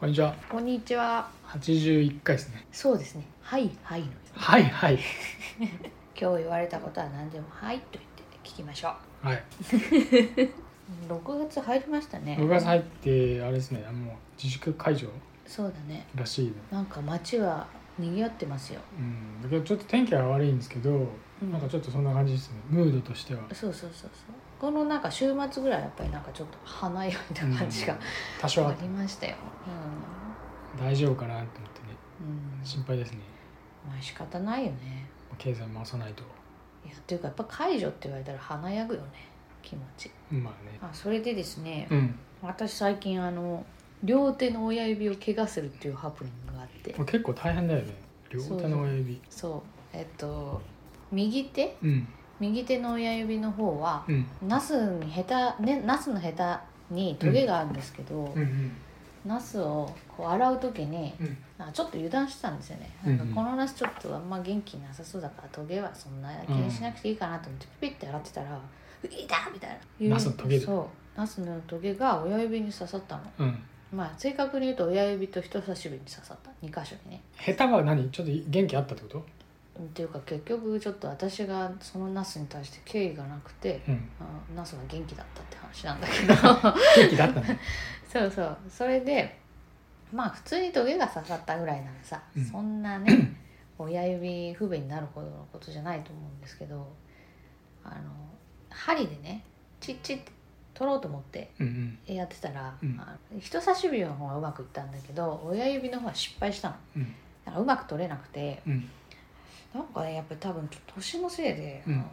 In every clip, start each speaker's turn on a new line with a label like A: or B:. A: こんにちは。
B: こんにちは。
A: 81回ですね。
B: そうですね。はいはいの。
A: はいはい。
B: 今日言われたことは何でもはいと言って聞きましょ
A: はい。
B: う。6月入りましたね。
A: 6月入って、あれですね、もう自粛解除
B: そうだね。
A: らしいの。
B: なんか街は賑わってますよ。
A: うん。だけどちょっと天気は悪いんですけど、
B: うん
A: なんかちょっとそんな感じですね。ムードとしては。
B: そうそうそうそう。このなんか週末ぐらいやっぱりなんかちょっと華やいな感じ
A: う
B: が
A: ん、多少は
B: ありましたよ。
A: 大丈夫かなと思ってね、
B: うん。うん。
A: 心配ですね。
B: まあ仕方ないよね。
A: 経済回さないと。
B: いやっていうかやっぱ解除って言われたら華やぐよね。気持ち。
A: まあね。
B: あそれでですね。
A: うん。
B: 私最近あの両手の親指を怪我するっていうハプニングがあって
A: これ結構大変だよね。両手の親指。
B: そうえっと右手
A: うん。
B: 右手の親指の方は
A: うん。
B: ナスにヘタ、ね、ナスのヘタにトゲがあるんですけど、
A: うんうん。
B: ナスをこう洗う時に
A: うん。
B: なんかちょっと油断してたんですよね、
A: うん
B: なんかこのナスちょっとあんま元気なさそうだからトゲはそんな気にしなくていいかなと思ってピピって洗ってたら「痛いた!」みたいな
A: ナスのトゲだ
B: そうナスのトゲが親指に刺さったの
A: うん。
B: まあ正確に言うと親指と人差し指に刺さった2箇所にね
A: 下手は何ちょっと元気あったってこと
B: うんっていうか結局ちょっと私がそのナスに対して敬意がなくて、
A: うん。
B: あナスが元気だったって話なんだけ ど
A: 元気だったね。
B: そうそうそれでまあ普通にトゲが刺さったぐらいならさ、
A: うん
B: そんなね親指不便になるほどのことじゃないと思うんですけどあの針でねチッチッって取ろうと思って
A: うんうん。
B: やってたら、
A: うん
B: あの人差し指の方がうまくいったんだけど親指の方は失敗したの。
A: うん。
B: なんかうまく取れなくて
A: うん。
B: なんかねやっぱり多分ちょっと年のせいで、
A: うん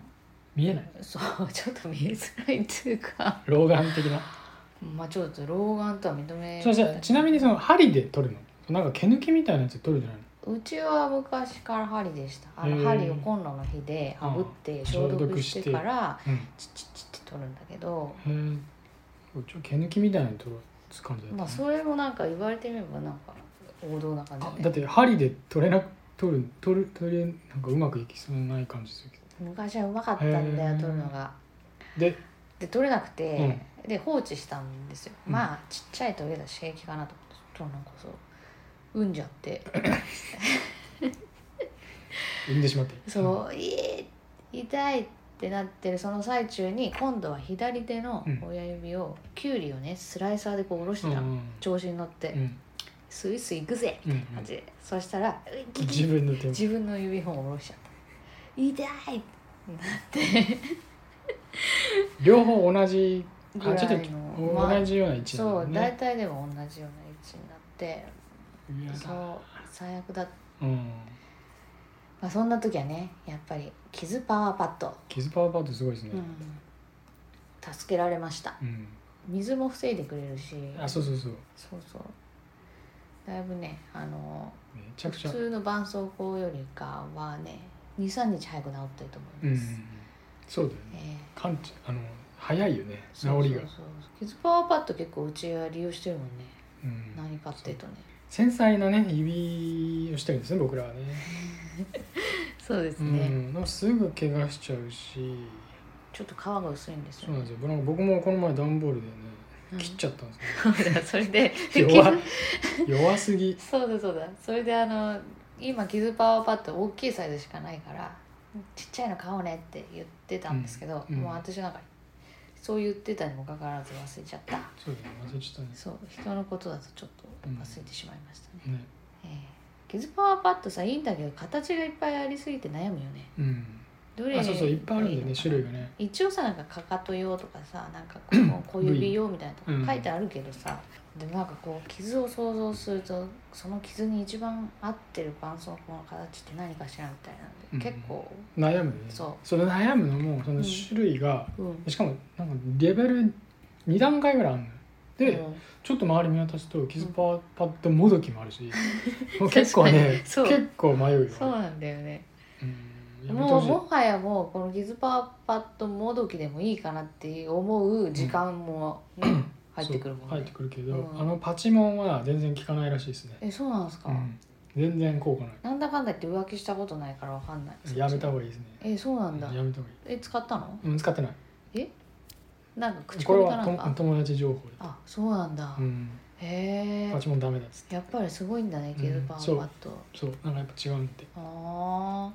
A: 見えない
B: あのそうちょっと見えづらいっていうか
A: 老眼的な
B: まあちょっと老眼とは認め
A: そうそうちなみにその針で取るのなんか毛抜きみたいなやつで取るじゃないう
B: ちは昔から針でしたあ
A: へ
B: の
A: ー
B: 針をコンロの火で
A: うん
B: 炙って消毒してから
A: の
B: チッチッチッって取るんだけど
A: うんへえちょ毛抜きみたいなの取る使うんじゃ
B: ま
A: な
B: あ
A: い
B: それもなんか言われてみればなんか王道な感じだ
A: あだ
B: ね
A: って針で取れなく取る取る取れなんかうまくいきそうにない感じするけど
B: 昔はうまかったんだ
A: へ
B: よ
A: ー
B: 取るのが
A: で
B: で取れなくて、で放置したんですよ、まあちっちゃいトゲだし平気かなと思ってなんかそう産んじゃって
A: 産んでしまって
B: そう「いえ痛い!」ってなってるその最中に今度は左手の親指を、きゅうりをねスライサーでこう下ろして
A: うんう
B: たの、
A: ん
B: 調子に乗って「
A: うん
B: スイスイ行くぜ!」
A: うんう
B: みたいな感
A: ん
B: じで、そしたらういギ
A: 自
B: ギ
A: 分の手を
B: 自分の指本を下ろしちゃった「痛い!」って
A: 両方同じ
B: な
A: あ
B: って
A: ちょっ
B: ぐら
A: と
B: いのまあ
A: 同じような位置な
B: そ
A: の
B: う大
A: ね
B: 体でも同じような位置になって
A: いやだ
B: そう最悪だ、
A: うん
B: まあ、そんな時はねやっぱり傷パワーパッド、
A: 傷パワーパートすごいですね
B: うん助けられました
A: うん
B: 水も防いでくれるし
A: あそうそうそう
B: そうそうだいぶねあの
A: めちゃ
B: 普
A: くちゃ
B: 通の絆創膏よりかはね23日早く治ってると
A: う
B: 思
A: んうんう
B: いま
A: ん
B: す、
A: そうだよね
B: え
A: 完治あの早いよね
B: え
A: 治りが
B: そうそうそう傷パワーパッド結構うちは利用してるもんね
A: うん
B: 何かっていうとね
A: 繊細なね指をしてるんですね僕らはね
B: そうです
A: う
B: ね、
A: ん、でもすぐ怪我しちゃうし
B: ちょっと皮が薄いんです
A: そう
B: よ
A: なんで
B: ね
A: すよなんか僕もこの前段ボールでね
B: うん
A: 切っちゃったんですよ、
B: そうだそれで
A: 弱弱すぎ
B: そうだそうだそれであの今傷パワーパッド大きいサイズしかないからちっちゃいの買おうねって言ってたんですけど、
A: うんうん
B: もう私なんかそう言ってたにもかかわらず忘れちゃった
A: そうだね忘れちゃっ
B: そう人のことだとちょっと忘れてしまいましたね、
A: たねね
B: ええ傷パワーパッドさいいんだけど形がいっぱいありすぎて悩むよね
A: うん
B: どれ
A: あそうそういっぱいあるんだよ
B: が
A: ね
B: のかな
A: 種類がね
B: 一応さなんかかかと用とかさなんかこの小指用みたいなと
A: うん
B: か書いてあるけどさ、でもなんかこう傷を想像するとその傷に一番合ってる絆創膏の形って何かしらみたいなんで、
A: うん
B: 結構、
A: 悩むね
B: そう
A: れ悩むのもその種類が、
B: うん
A: しかもなんかレベル2段階ぐらいあるのよで、
B: うん
A: ちょっと周り見渡すと傷パワーパッドもどきもある し、もう結構ね
B: 確かにそう
A: 結構迷うよ
B: そうなんだよね
A: うんやめて
B: も
A: ほ
B: う
A: しい
B: もはやもうこの傷パワーパッドもどきでもいいかなって思う時間も、ね入ってくるもん
A: そう入
B: ね
A: ってくるけど、
B: うん
A: あのパチモンは全然効かないらしいですね、
B: えそうなんですか、
A: うん全然効果な
B: なんだかんだ言って浮気したことないからわかんない
A: いやめた方がいいですね
B: えそうなんだ
A: やめた方がい
B: え使ったの
A: い、うん、使ってない
B: なんか口
A: これ
B: コミか
A: は
B: なんか
A: と友達情報で
B: あそうなんだ、
A: うん
B: へへえ
A: パチモンダメだっつって
B: やっぱりすごいんだね
A: うん
B: ゲルバー
A: そう
B: パッド
A: そうなんかやっぱ違うんで
B: ああは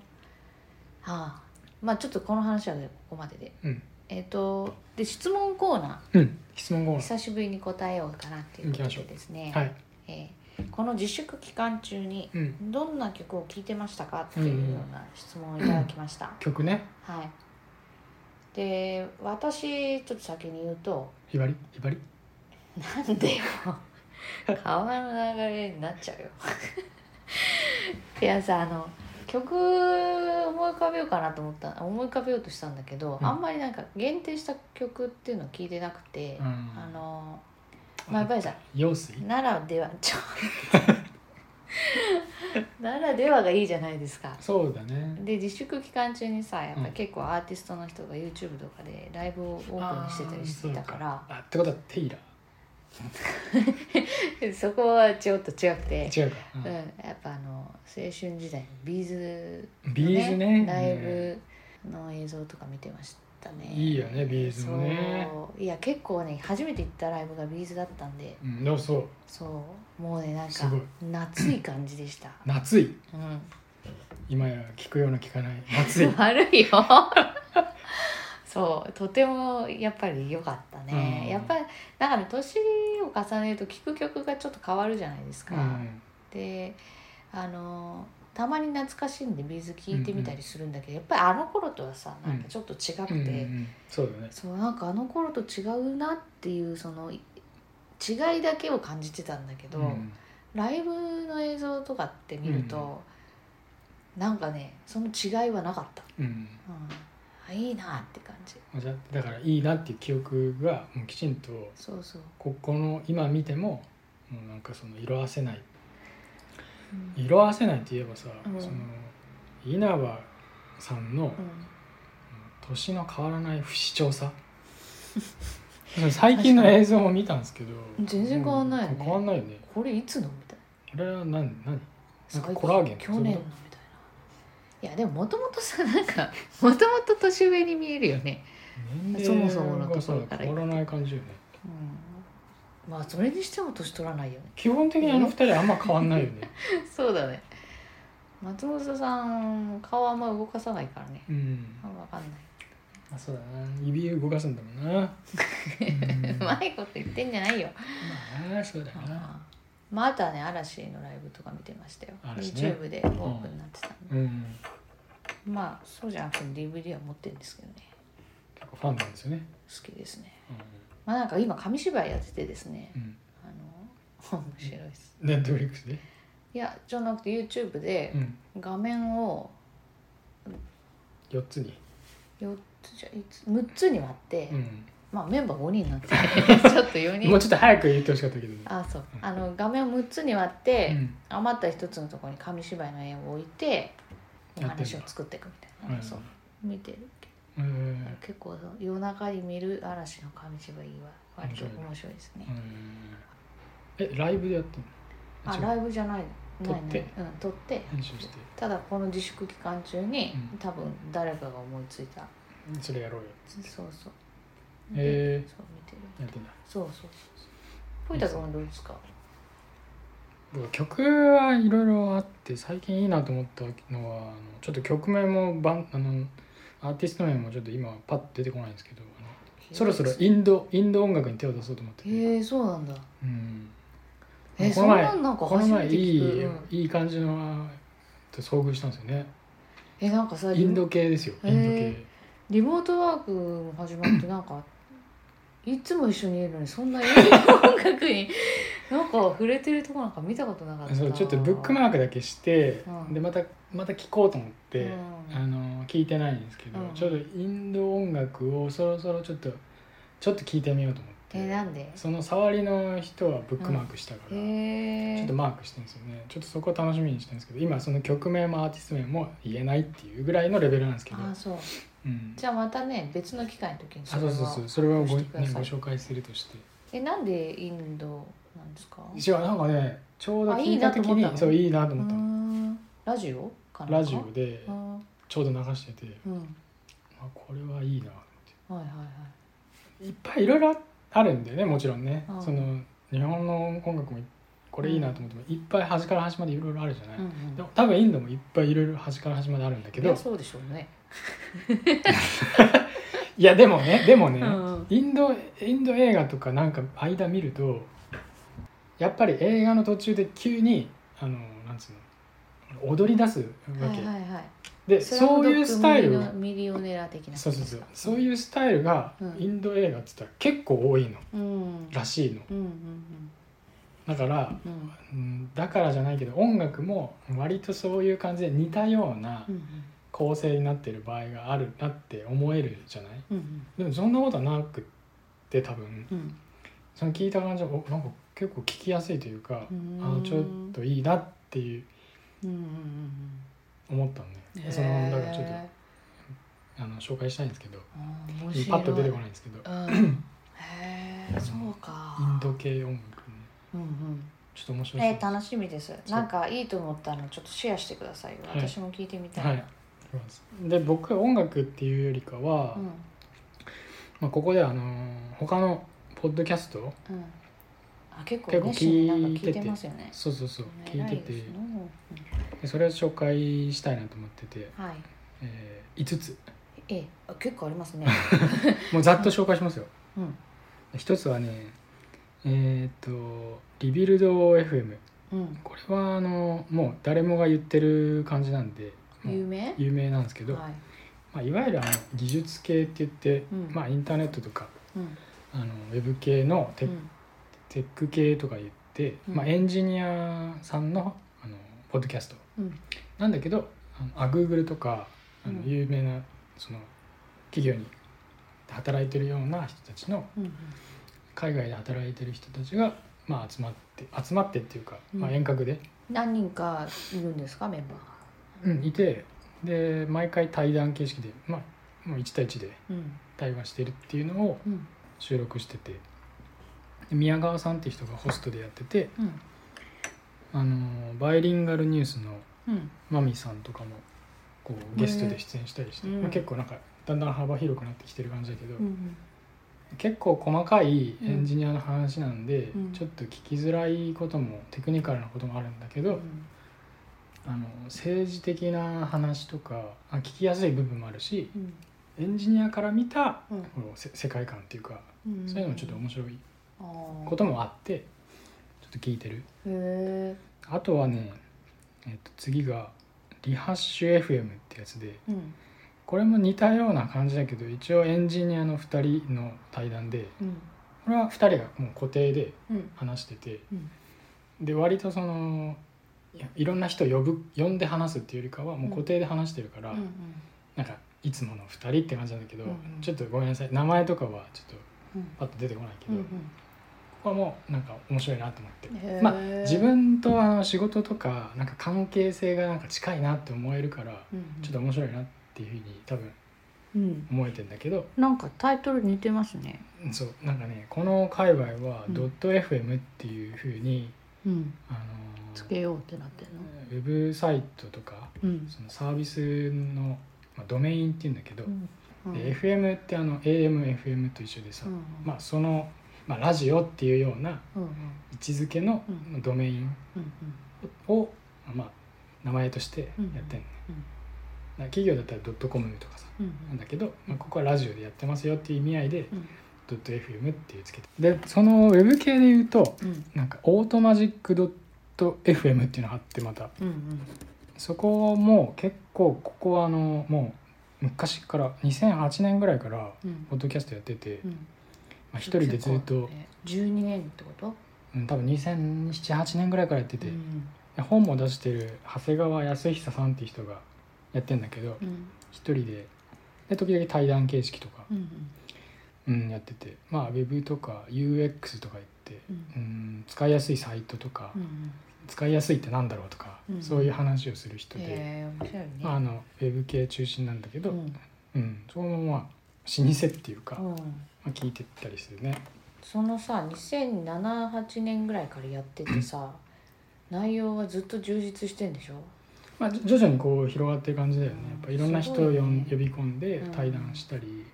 B: あまあちょっとこの話はここまでで
A: うん
B: えっ、とで質問コーナ
A: うん質問コー
B: ー
A: ナー
B: 久しぶりに答えようかなっていうこと
A: 行きましょ
B: で
A: う
B: ですね、
A: はい
B: えーこの自粛期間中に
A: うん
B: どんな曲を聴いてましたかっていうような質問をいただきました、
A: 曲ね
B: はいで私ちょっと先に言うと
A: ひばりひばり
B: なんでよ川の流れになっちゃうよいやさあの曲思い浮かべようかなと思った思い浮かべようとしたんだけど、
A: うん
B: あんまりなんか限定した曲っていうのを聞いてなくて、
A: うん
B: あのまあやっぱりさ
A: 用水
B: 奈良ではちょ 奈良ではがいいじゃないですか
A: そうだね
B: で自粛期間中にさやっぱ
A: う
B: り
A: ん
B: 結構アーティストの人が YouTube とかでライブをオープンしてたりしてたから
A: あってことはテイラ
B: そこはちょっと違くて、
A: ー違うか、う
B: うんん、やっぱあの青春時代のビーズの、
A: ビーズね
B: ライブの映像とか見てましたね
A: いいよねビーズもね
B: そういや結構ね初めて行ったライブがビーズだったんで
A: うんでもそう
B: そうもうねなんか
A: すごい
B: 夏い感じ でした、
A: 夏い
B: うん、
A: 今や聞くような聞かない夏い、うん、
B: 悪いよ そうとてもやっぱり良かったね、
A: うん
B: やっぱりなんかね年を重ねると聴く曲がちょっと変わるじゃないですか、であのたまに懐かしいんでビーズ聴いてみたりするんだけど、やっぱりあの頃とはさなんかちょっと違くて、
A: うんうん、そうだね
B: そうなんかあの頃と違うなっていうそのい違いだけを感じてたんだけど、
A: うん
B: ライブの映像とかって見ると、なんかねその違いはなかった。
A: うん
B: うん、いいなって感じ
A: じゃだからいいなっていう記憶がもうきちんと
B: そうそう、
A: ここの今見てももうなんかその色あせない
B: うん
A: 色あせないって言えばさ、
B: うん
A: その稲葉さんの、
B: うん
A: 年の変わらない不死鳥さ その最近の映像も見たんですけど
B: 全然変わんないよね
A: うん変わんないよね
B: これいつのみたい
A: あれは何何なん
B: な
A: かコラーゲン
B: 去年のみたいないやでももともとさなんか もともと年上に見えるよね、
A: 年
B: そも
A: 齢
B: そものと
A: が
B: こ
A: さ
B: ろから
A: 変わらない感じよね
B: うん、まあそれにしても年取らないよね
A: 基本的にあの二人あんま変わんないよ ね
B: そうだね松本さん顔あんま動かさないからね
A: うん
B: あんま分かんない
A: あそうだな指動かすんだもん なう
B: うまいこと言ってんじゃないよ
A: まあなそうだな
B: まああとはね嵐のライブとか見てましたよ、
A: 嵐ね
B: YouTube でオープンになってたんで、
A: うん
B: まあそうじゃなくても DVD は持ってるんですけどね
A: 結構ファンなんですよね
B: 好きですねまあなんか今紙芝居やっててですね
A: うん
B: あの面白いです
A: ネットフリックスで
B: いやじゃなくて YouTube で
A: うん
B: 画面を
A: 4つに
B: 4つじゃいつ6つに割って、
A: うん
B: まあメンバー5人になって ちょっと4
A: もう
B: 人
A: ちょっと早く言ってほしかったけどね
B: あそうあの画面を6つに割って、
A: うん
B: 余った1つのところに紙芝居の絵を置いてお
A: やってんだ
B: 話を作っていくみたいな、
A: うん
B: そう見てる
A: えー
B: 結構その夜中に見る嵐の紙芝居は割と面白いですね
A: うんえライブでやってんの
B: あ
A: 違う
B: ライブじゃない
A: 撮
B: の
A: って
B: ないないうん、撮って
A: 編集して
B: ただこの自粛期間中に、
A: うん
B: 多分誰かが思いついた
A: それやろうよ
B: そうそうで
A: へえ
B: そう見てる
A: やってんだ
B: そうそうそうそうポイタ君はどうですか
A: 僕曲はいろいろあって最近いいなと思ったのはあのちょっと曲名もバンあのアーティスト名もちょっと今パッと出てこないんですけどあのそろそろ
B: へ
A: インドインド音楽に手を出そうと思ってて、
B: えそうなんだ
A: うん、
B: え
A: こ
B: そ
A: の
B: ん
A: 前
B: なんなんか
A: この
B: 初め
A: 前
B: て
A: い
B: 聞
A: い、
B: く、うん
A: いい感じのと遭遇したんですよね
B: えなんかさ
A: イ
B: リ
A: ンド
B: モ
A: 系ですよイ
B: へえ
A: ンド系
B: リモートワークも始まってなんかいつも一緒にいるのにそんなインド音楽になんか触れてるとこなんか見たことなかった
A: そうちょっとブックマークだけして、
B: うん
A: でまたまた聴こうと思って、
B: うん
A: あの聞いてないんですけど、
B: うん
A: ちょっとインド音楽をそろそろちょっとちょっと聞いてみようと思って、
B: えなんで
A: その触りの人はブックマークしたから、
B: へ
A: ちょ
B: え
A: っとマークしてるんですよねちょっとそこを楽しみにしてるんですけど今その曲名もアーティスト名も言えないっていうぐらいのレベルなんですけど、
B: あそう
A: うん、
B: じゃあまたね別の機会の時に
A: あ
B: れ
A: そう
B: は
A: そうそうそれはご,、
B: そう
A: ね
B: してくだ、さ
A: ご
B: い
A: 紹介するとして
B: えなんでインドなんですか
A: 一応なんかねちょうど
B: あ
A: 聞
B: いい
A: い
B: な
A: た
B: と
A: 時
B: 思った
A: に
B: の
A: そういいなと
B: う
A: 思ったの
B: んラジオかな
A: ラジオで
B: うんうん
A: ちょうど流してて、
B: は
A: あこれはいいなと思って
B: いはいはい
A: いっぱいいろいろあるんだよねもちろんね、
B: うん
A: その日本の音楽もこれいいなと思ってもいっぱい端から端までいろいろあるじゃない、
B: うんうん
A: でも多分インドもいっぱいいろいろ端から端まであるんだけ
B: い
A: ど
B: やそうでしょうね。
A: いやでも ねでもね、
B: うん
A: インドインド映画とかなんか間見るとやっぱり映画の途中で急にあのなんつうの踊り出すわけ、
B: はいはいはい。
A: で
B: スラム
A: そう
B: ドッ
A: い
B: グ
A: うスタイルが
B: ミリオネラ的な
A: そうそうそうそう
B: う。
A: いうスタイルが
B: うん
A: インド映画っつったら結構多いの
B: うん。
A: らしいの
B: うんうん
A: だから、
B: うんうん
A: うん、だからじゃないけど音楽も割とそういう感じで似たような
B: うんうん
A: 構成になってる場合があるなって思えるじゃない
B: うん
A: でもそんなことはなくって多分
B: うん
A: その聞いた感じはおなんか結構聞きやすいというか
B: う、ん。
A: あちょっといいなっていう
B: うんうんうん
A: 思ったんで、
B: うん。
A: そのだからちょっ
B: へ
A: とあの紹介したいんですけど
B: ーあー面白い。
A: パッと出てこないんですけどイ
B: ない。うん。へえそうか。
A: ンド系音楽ね
B: うんうん。
A: ちょっと面白い
B: え
A: です
B: 楽しみです。
A: そう
B: なんかいいと思ったのちょっとシェアしてくださいよ。
A: はい
B: 私も聞いてみたい。
A: はい。で僕は音楽っていうよりかは、
B: うん
A: まあ、ここであのー他のポッドキャスト
B: うん。あ結構
A: 結構
B: 熱心になんか
A: 聞いてて
B: 聞いてますよね。
A: そうそうそう聞い
B: 偉
A: て
B: です
A: て
B: ねうん
A: でそれを紹介したいなと思ってて、
B: はい。
A: えー、5つ
B: ええあ結構ありますね。
A: もうざっと紹介しますよ
B: うん
A: 一つはねえーっとリビルド FM
B: うん
A: これはあのもう誰もが言ってる感じなんでもう
B: 有名。
A: 有名なんですけど、
B: はい。
A: まあ、いわゆるあの技術系って言って、
B: うん
A: まあ、インターネットとか
B: うん
A: あのウェブ系のテ,、
B: うん
A: テック系とか言って、
B: うん
A: まあ、エンジニアさんのあのポッドキャスト
B: うん
A: なんだけどあのあ Google とかあの
B: うん
A: 有名なその企業に働いてるような人たちの
B: うん
A: 海外で働いてる人たちが、まあ、集まって集まってっていうか、まあ、
B: うん
A: 遠隔で、
B: 何人かいるんですかメンバーが。
A: うんいてで毎回対談形式で、まあ、もう1対1で
B: うん
A: 対話してるっていうのを
B: うん
A: 収録しててで宮川さんって人がホストでやってて
B: うん
A: あのバイリンガルニュースの
B: うん
A: マミさんとかもこうゲストで出演したりして、
B: うん
A: まあ、結構なんかだんだん幅広くなってきてる感じだけど、
B: うん
A: 結構細かいエンジニアの話なんで、
B: うん
A: ちょっと聞きづらいこともテクニカルなこともあるんだけ
B: う
A: ど、
B: ん
A: あの政治的な話とかあ聞きやすい部分もあるし
B: うん
A: エンジニアから見た
B: うん
A: このせ世界観っていうか
B: うん
A: そういうのもちょっと面白い
B: あー
A: こともあってちょっと聞いてる
B: へえ。
A: あとはね、えっと、次が「リハッシュ FM」ってやつで
B: うん
A: これも似たような感じだけど一応エンジニアの2人の対談で
B: うん
A: これは2人がもう固定で
B: うん
A: 話してて
B: うん
A: で割とそのいやいろんな人呼ぶ呼んで話すっていうよりかはもう固定で話してるから、
B: うん
A: なんかいつもの2人って感じなんだけど、
B: うんうん
A: ちょっとごめんなさい名前とかはちょっと
B: うん
A: パッと出てこないけど、
B: うんうん
A: ここはもうなんか面白いなと思って、
B: へー
A: まあ自分とあの仕事とかなんか関係性がなんか近いなって思えるから
B: うんうん
A: ちょっと面白いなっていうふうに多分
B: うん
A: 思えてんだけど、
B: なんかタイトル似てますね。
A: そうなんかねこの界隈は
B: うん
A: ドット .fm っていうふうに、
B: うん。
A: あの
B: つけようってなってるの。
A: ウェブサイトとか
B: うん。
A: そのサービスの、まあ、ドメインっていうんだけど、
B: うん。うん
A: で FM ってあの AMFM と一緒でさ、まあ、その、まあ、ラジオっていうような
B: うんうん
A: 位置づけの
B: う
A: ドメイン
B: うん
A: を、まあ、名前としてやってんのね、
B: うんうん
A: だから企業だったらドットコムとかさ
B: うん
A: なんだけど、まあ、ここはラジオでやってますよっていう意味合いで
B: うん
A: ドット .fm っていうつけてでそのウェブ系で言うと
B: うん
A: なんかオートマジックドット .fm っていうのがあってまた
B: うんうん
A: そこも結構ここはあのもう昔から2008年ぐらいから
B: うん
A: ポッドキャストやってて、
B: うん
A: まあ、一人でずっと、
B: 12年ってこと
A: うん、多分2078年ぐらいからやってて、
B: うん
A: で本も出してる長谷川康久さんっていう人がやってんだけど
B: うん
A: 一人でで時々対談形式とか、
B: うん
A: うん、やっててまあ Web とか UX とか言って、
B: うん
A: うん、使いやすいサイトとか、
B: うん
A: 使いやすいってなんだろうとか、
B: うん
A: そういう話をする人で、
B: へえ面白いね
A: まあ、あのウェブ系中心なんだけど、
B: う
A: うん
B: ん
A: そこもまあ老舗っていうか、ま
B: うん
A: あ、聞いてったりするね。
B: そのさ2078年ぐらいからやっててさ内容はずっと充実してんでしょ
A: まあ、じょ徐々にこう広がってる感じだよねやっぱいろんな人を呼ん、
B: うんすごい
A: 呼び
B: ね
A: 込んで
B: うん
A: 対談したり、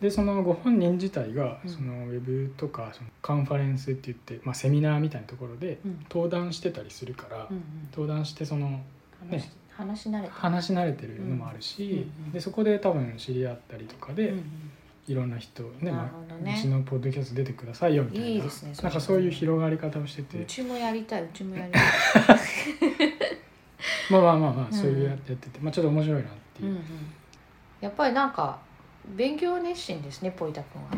A: でそのご本人自体が
B: うん
A: そのウェブとかそのカンファレンスって言って、まあ、セミナーみたいなところで
B: うん
A: 登壇してたりするから、
B: うんうん
A: 登壇してその
B: 話し話し慣れて
A: 話し慣れてるのもあるし、
B: うんうん
A: でそこで多分知り合ったりとかで、
B: うんうん
A: いろんな人ね
B: なる
A: ま
B: ほど
A: あ
B: ね
A: うちのポッドキャスト出てくださいよみたいない
B: いですねそれ
A: なんかそういう広がり方をして
B: う
A: て
B: ちもやりたいうちもやりたい、
A: まあまあまあま
B: う
A: あ
B: ん
A: そういうやってて、まあ、ちょっと面白いなって
B: う
A: い
B: ん
A: う、
B: うん、やっぱりなんか勉強熱心ですねポイタ君は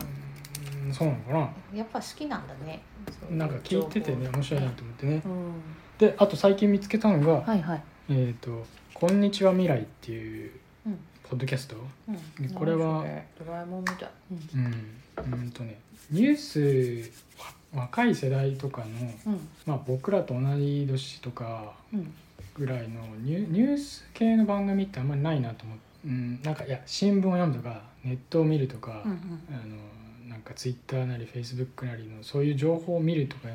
A: うんそうなのか
B: やっぱ好きなんだねそういう
A: ななんか聞いててね
B: 情報
A: 面白いなと思ってね
B: うん
A: であと最近見つけたのが「
B: はいはい、
A: えっ、とこんにちは未来」っていう
B: うん
A: ポッドキャスト
B: うん、
A: これは
B: 何それドラえもんみたい、う
A: うんうんとねニュースわ若い世代とかの、
B: んうん
A: まあ、僕らと同じ年とか
B: うん
A: ぐらいのニュニュース系の番組ってあんまりないなと思って、うん、なんかいや新聞を読むとかネットを見るとか、
B: うんうん
A: あのなんかツイッターなりフェイスブックなりのそういう情報を見るとか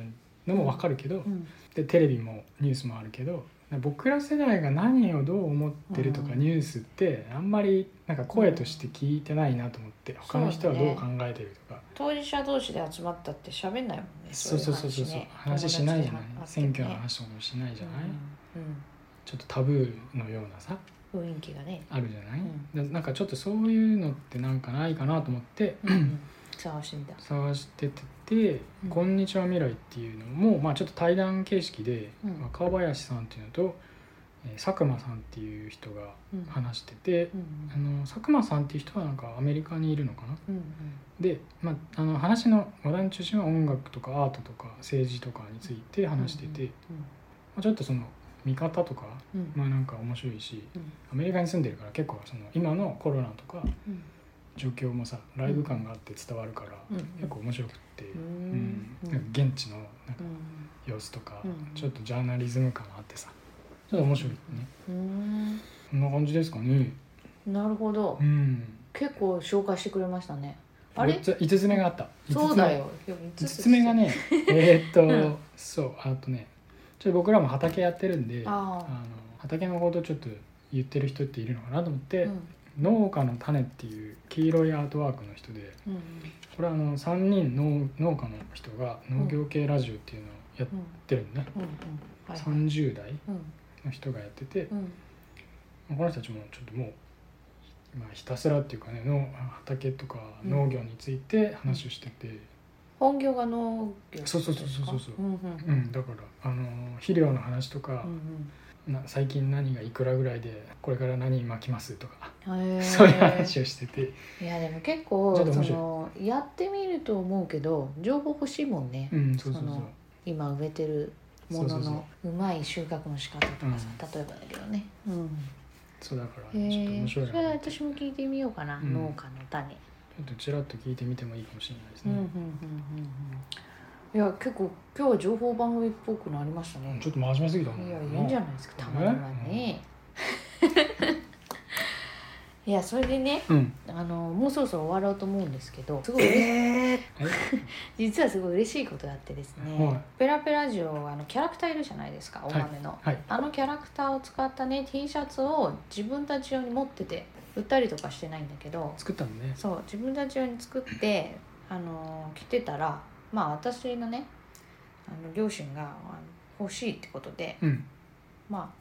A: のもわかるけど、
B: うん
A: でテレビもニュースもあるけど僕ら世代が何をどう思ってるとか
B: うん
A: ニュースってあんまりなんか声として聞いてないなと思って他の人はどう考えてるとか
B: 当事者同士で集まったって喋んないもんね
A: そう,、そうそうそうそう話しないじゃない選挙の話とかもしないじ
B: じ
A: ゃない、
B: うん
A: ちょっとタブーのようなさ
B: うん、雰囲気が ね、
A: あるじゃない、
B: う
A: でなんかちょっとそういうのってなんかないかなと思って
B: うんうん、探してみた、
A: 探しててて「
B: うん
A: こんにちは未来」っていうのも、まあ、ちょっと対談形式で
B: うん
A: 若林さんっていうのと、えー佐久間さんっていう人が
B: うん
A: 話してて
B: う、ん
A: あの佐久間さんっていう人はなんかアメリカにいるのかな
B: うんうん
A: で、まあ、あの話の話題の中心は音楽とかアートとか政治とかについて話してて、まあ、ちょっとその見方とか、
B: うんうん
A: まあ、なんか面白いし
B: うん
A: アメリカに住んでるから結構その今のコロナとか
B: うん
A: 状況もさライブ感があって伝わるから
B: うん
A: 結構面白くって、う
B: う
A: ん
B: んうん
A: なんか現地のなんか
B: うん
A: 様子とか、
B: うん
A: ちょっとジャーナリズム感があってさちょっと面白いね、
B: うん
A: こんな感じですかね
B: なるほど、
A: うん
B: 結構紹介してくれましたねあれ
A: ごっつ5つ目があった五つ目
B: そうだよいや
A: 5
B: 五
A: つ目がねえーっと、
B: うん
A: そうあとねちょっと僕らも畑やってるんであ
B: ああ
A: の畑のことちょっと言ってる人っているのかなと思って「
B: うん
A: 農家の種」っていう黄色いアートワークの人で
B: うん
A: これはあの3人の農家の人が農業系ラジオっていうのをやっ
B: うん
A: てるんだね、
B: うんうんはいはい
A: 30代
B: うん
A: の人がやってて、
B: うん
A: この人たちもちょっともう、まあ、ひたすらっていうかねの畑とか
B: うん
A: 農業について話をしてて、
B: 本業が農業
A: そうそうそうそうそうそう
B: うんうん
A: うんだからあの肥料の話とか
B: う、ん
A: な最近何がいくらぐらいでこれから何巻きますとか、
B: うんへえ
A: そういう話をしてて、
B: いやでも結構
A: ちょっと
B: そ
A: 面白い
B: のやってみると思うけど情報欲しいもんね
A: うん、そうそうそう
B: その今植えてるも
A: そ
B: の
A: うそう
B: のうまい収穫の仕方とかさ例えばだけどねうん
A: そうだからちょっと
B: へえ
A: 面
B: そ
A: 白いな
B: れは
A: ちょ
B: 私も聞いてみようかな
A: うん
B: 農家の種
A: っとちらっと聞いてみてもいいかもしれないです
B: うん
A: ね
B: うんうん、うんうんいや結構今日は情報番組っぽくなりましたね
A: ちょっと真面目すぎたもん
B: いやいいんじゃないですかたまにはね いやそれでね
A: うん
B: あのもうそろそろ終わろうと思うんですけどすごい嬉しい
A: ええ
B: 実はすごい嬉しいことがあってですね、
A: はい
B: ペラペラジオはあのキャラクターいるじゃないですかお豆の、
A: はい
B: あのキャラクターを使ったね T シャツを自分たち用に持ってて売ったりとかしてないんだけど
A: 作ったのね
B: そう自分たち用に作ってあの着てたらまあ私のねあの両親があの欲しいってことで
A: うん
B: ま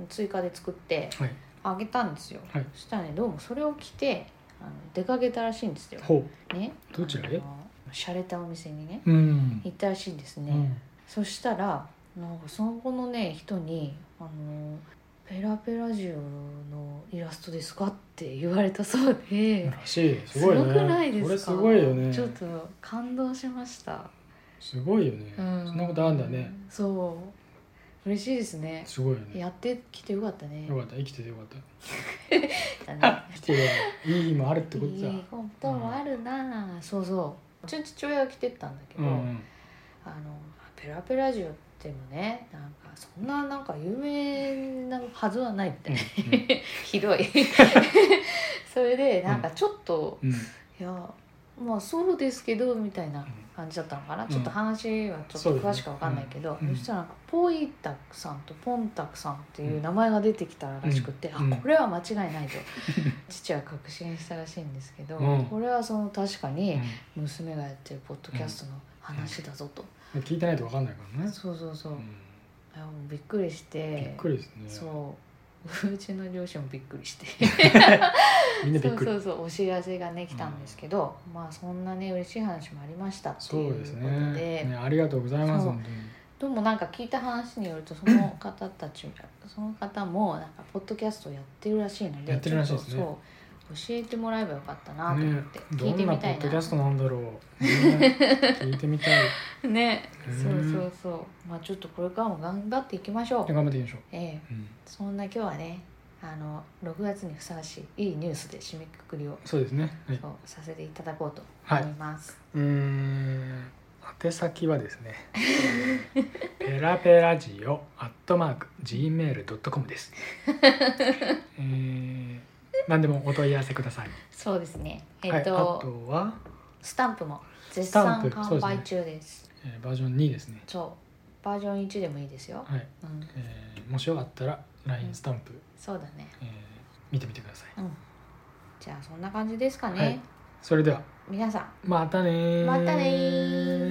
B: あ追加で作って
A: はい
B: あげたんですよ、
A: はい
B: そしたらねどうもそれを着てあの出かけたらしいんですよ、
A: ほ
B: ね、
A: どちらへ
B: あの洒落たお店にね
A: ううん
B: 行ったらしいんですね、
A: うん
B: そしたらなんかその後のね人に「あのペラペラジオのイラストですか?」って言われたそうで
A: らしいすごいね
B: すごくないですか
A: これすごいよね
B: ちょっと感動しました、
A: すごいよね、
B: うん、
A: そんなことあんだね
B: そう嬉しいですね
A: すごいよね
B: やってきてよかったね
A: よかった生きててよかった
B: だね
A: 生きてりゃいい日もあるってことだ
B: いいこともあるなあ、そうそううちの父親が来てったんだけ
A: う
B: ど、
A: んうん
B: あのペラペラジオってもねなんかそんななんか有名なはずはないみた
A: う
B: い
A: ん
B: な、 ひどいそれでなんかちょっと、
A: うん
B: いやまあそうですけどみたいな感じだったのかな、
A: ん
B: ちょっと話はちょっと詳しくわかんないけど
A: そう
B: そ,、
A: だねうん
B: したらなんかポイタクさんとポンタクさんっていう名前が出てきたらしくて、
A: うん
B: あこれは間違いない と父は確信したらしいんですけど、
A: うん
B: これはその確か
A: うん
B: に娘がやってるポッドキャストの話だぞと、
A: 聞いてないと分かんないからね、
B: そうそうそう、
A: う
B: い
A: ん
B: やもうびっくりして
A: びっくりですね
B: そう うちの両親もびっくりして。
A: みんなびっ
B: そう
A: くり
B: そうそうお知らせがね来たんですけど、まあそんなね嬉しい話もありましたっていう
A: そう
B: ことで
A: ですねねありがとうございます
B: そう
A: 本当に
B: どうもなんか聞いた話によるとその方たちその方もなんかポッドキャストをやってるらしいので
A: やってるらしいですね
B: ちょっとそう教えてもらえばよかったなと思って、
A: ね
B: 聞い
A: ど
B: て
A: んな
B: み
A: ポ
B: たい
A: ッドキ
B: な
A: ャストなんだろう、 ね聞いてみたい
B: ね
A: うん
B: そうそうそうまあちょっとこれからも頑張っていきましょう、
A: 頑張っていきましょう、
B: ええ
A: うん、
B: そんな今日はねあの6月にふさわしいいいニュースで締めくくりを
A: そうですねはい
B: そうさせていただこうと
A: は
B: 思
A: い
B: います、
A: うーん宛先はです ねペラペラジオアットマーク gmail.com です、えー、何でもお問い合わせください、
B: そうですね。えっ、
A: はい、あ
B: と、
A: とは、
B: スタンプも絶
A: タン
B: 賛
A: プ
B: 販売中です。
A: えーバージョン2ですね
B: そうバージョン1でもいいですよ。
A: はい、
B: うん、
A: えーもしよかったら LINE スタンプ、
B: そうだね。
A: えー見てみてください
B: うん。じゃあそんな感じですかね。
A: はいそれでは
B: 皆さ
A: またね
B: ん、
A: ー
B: またねー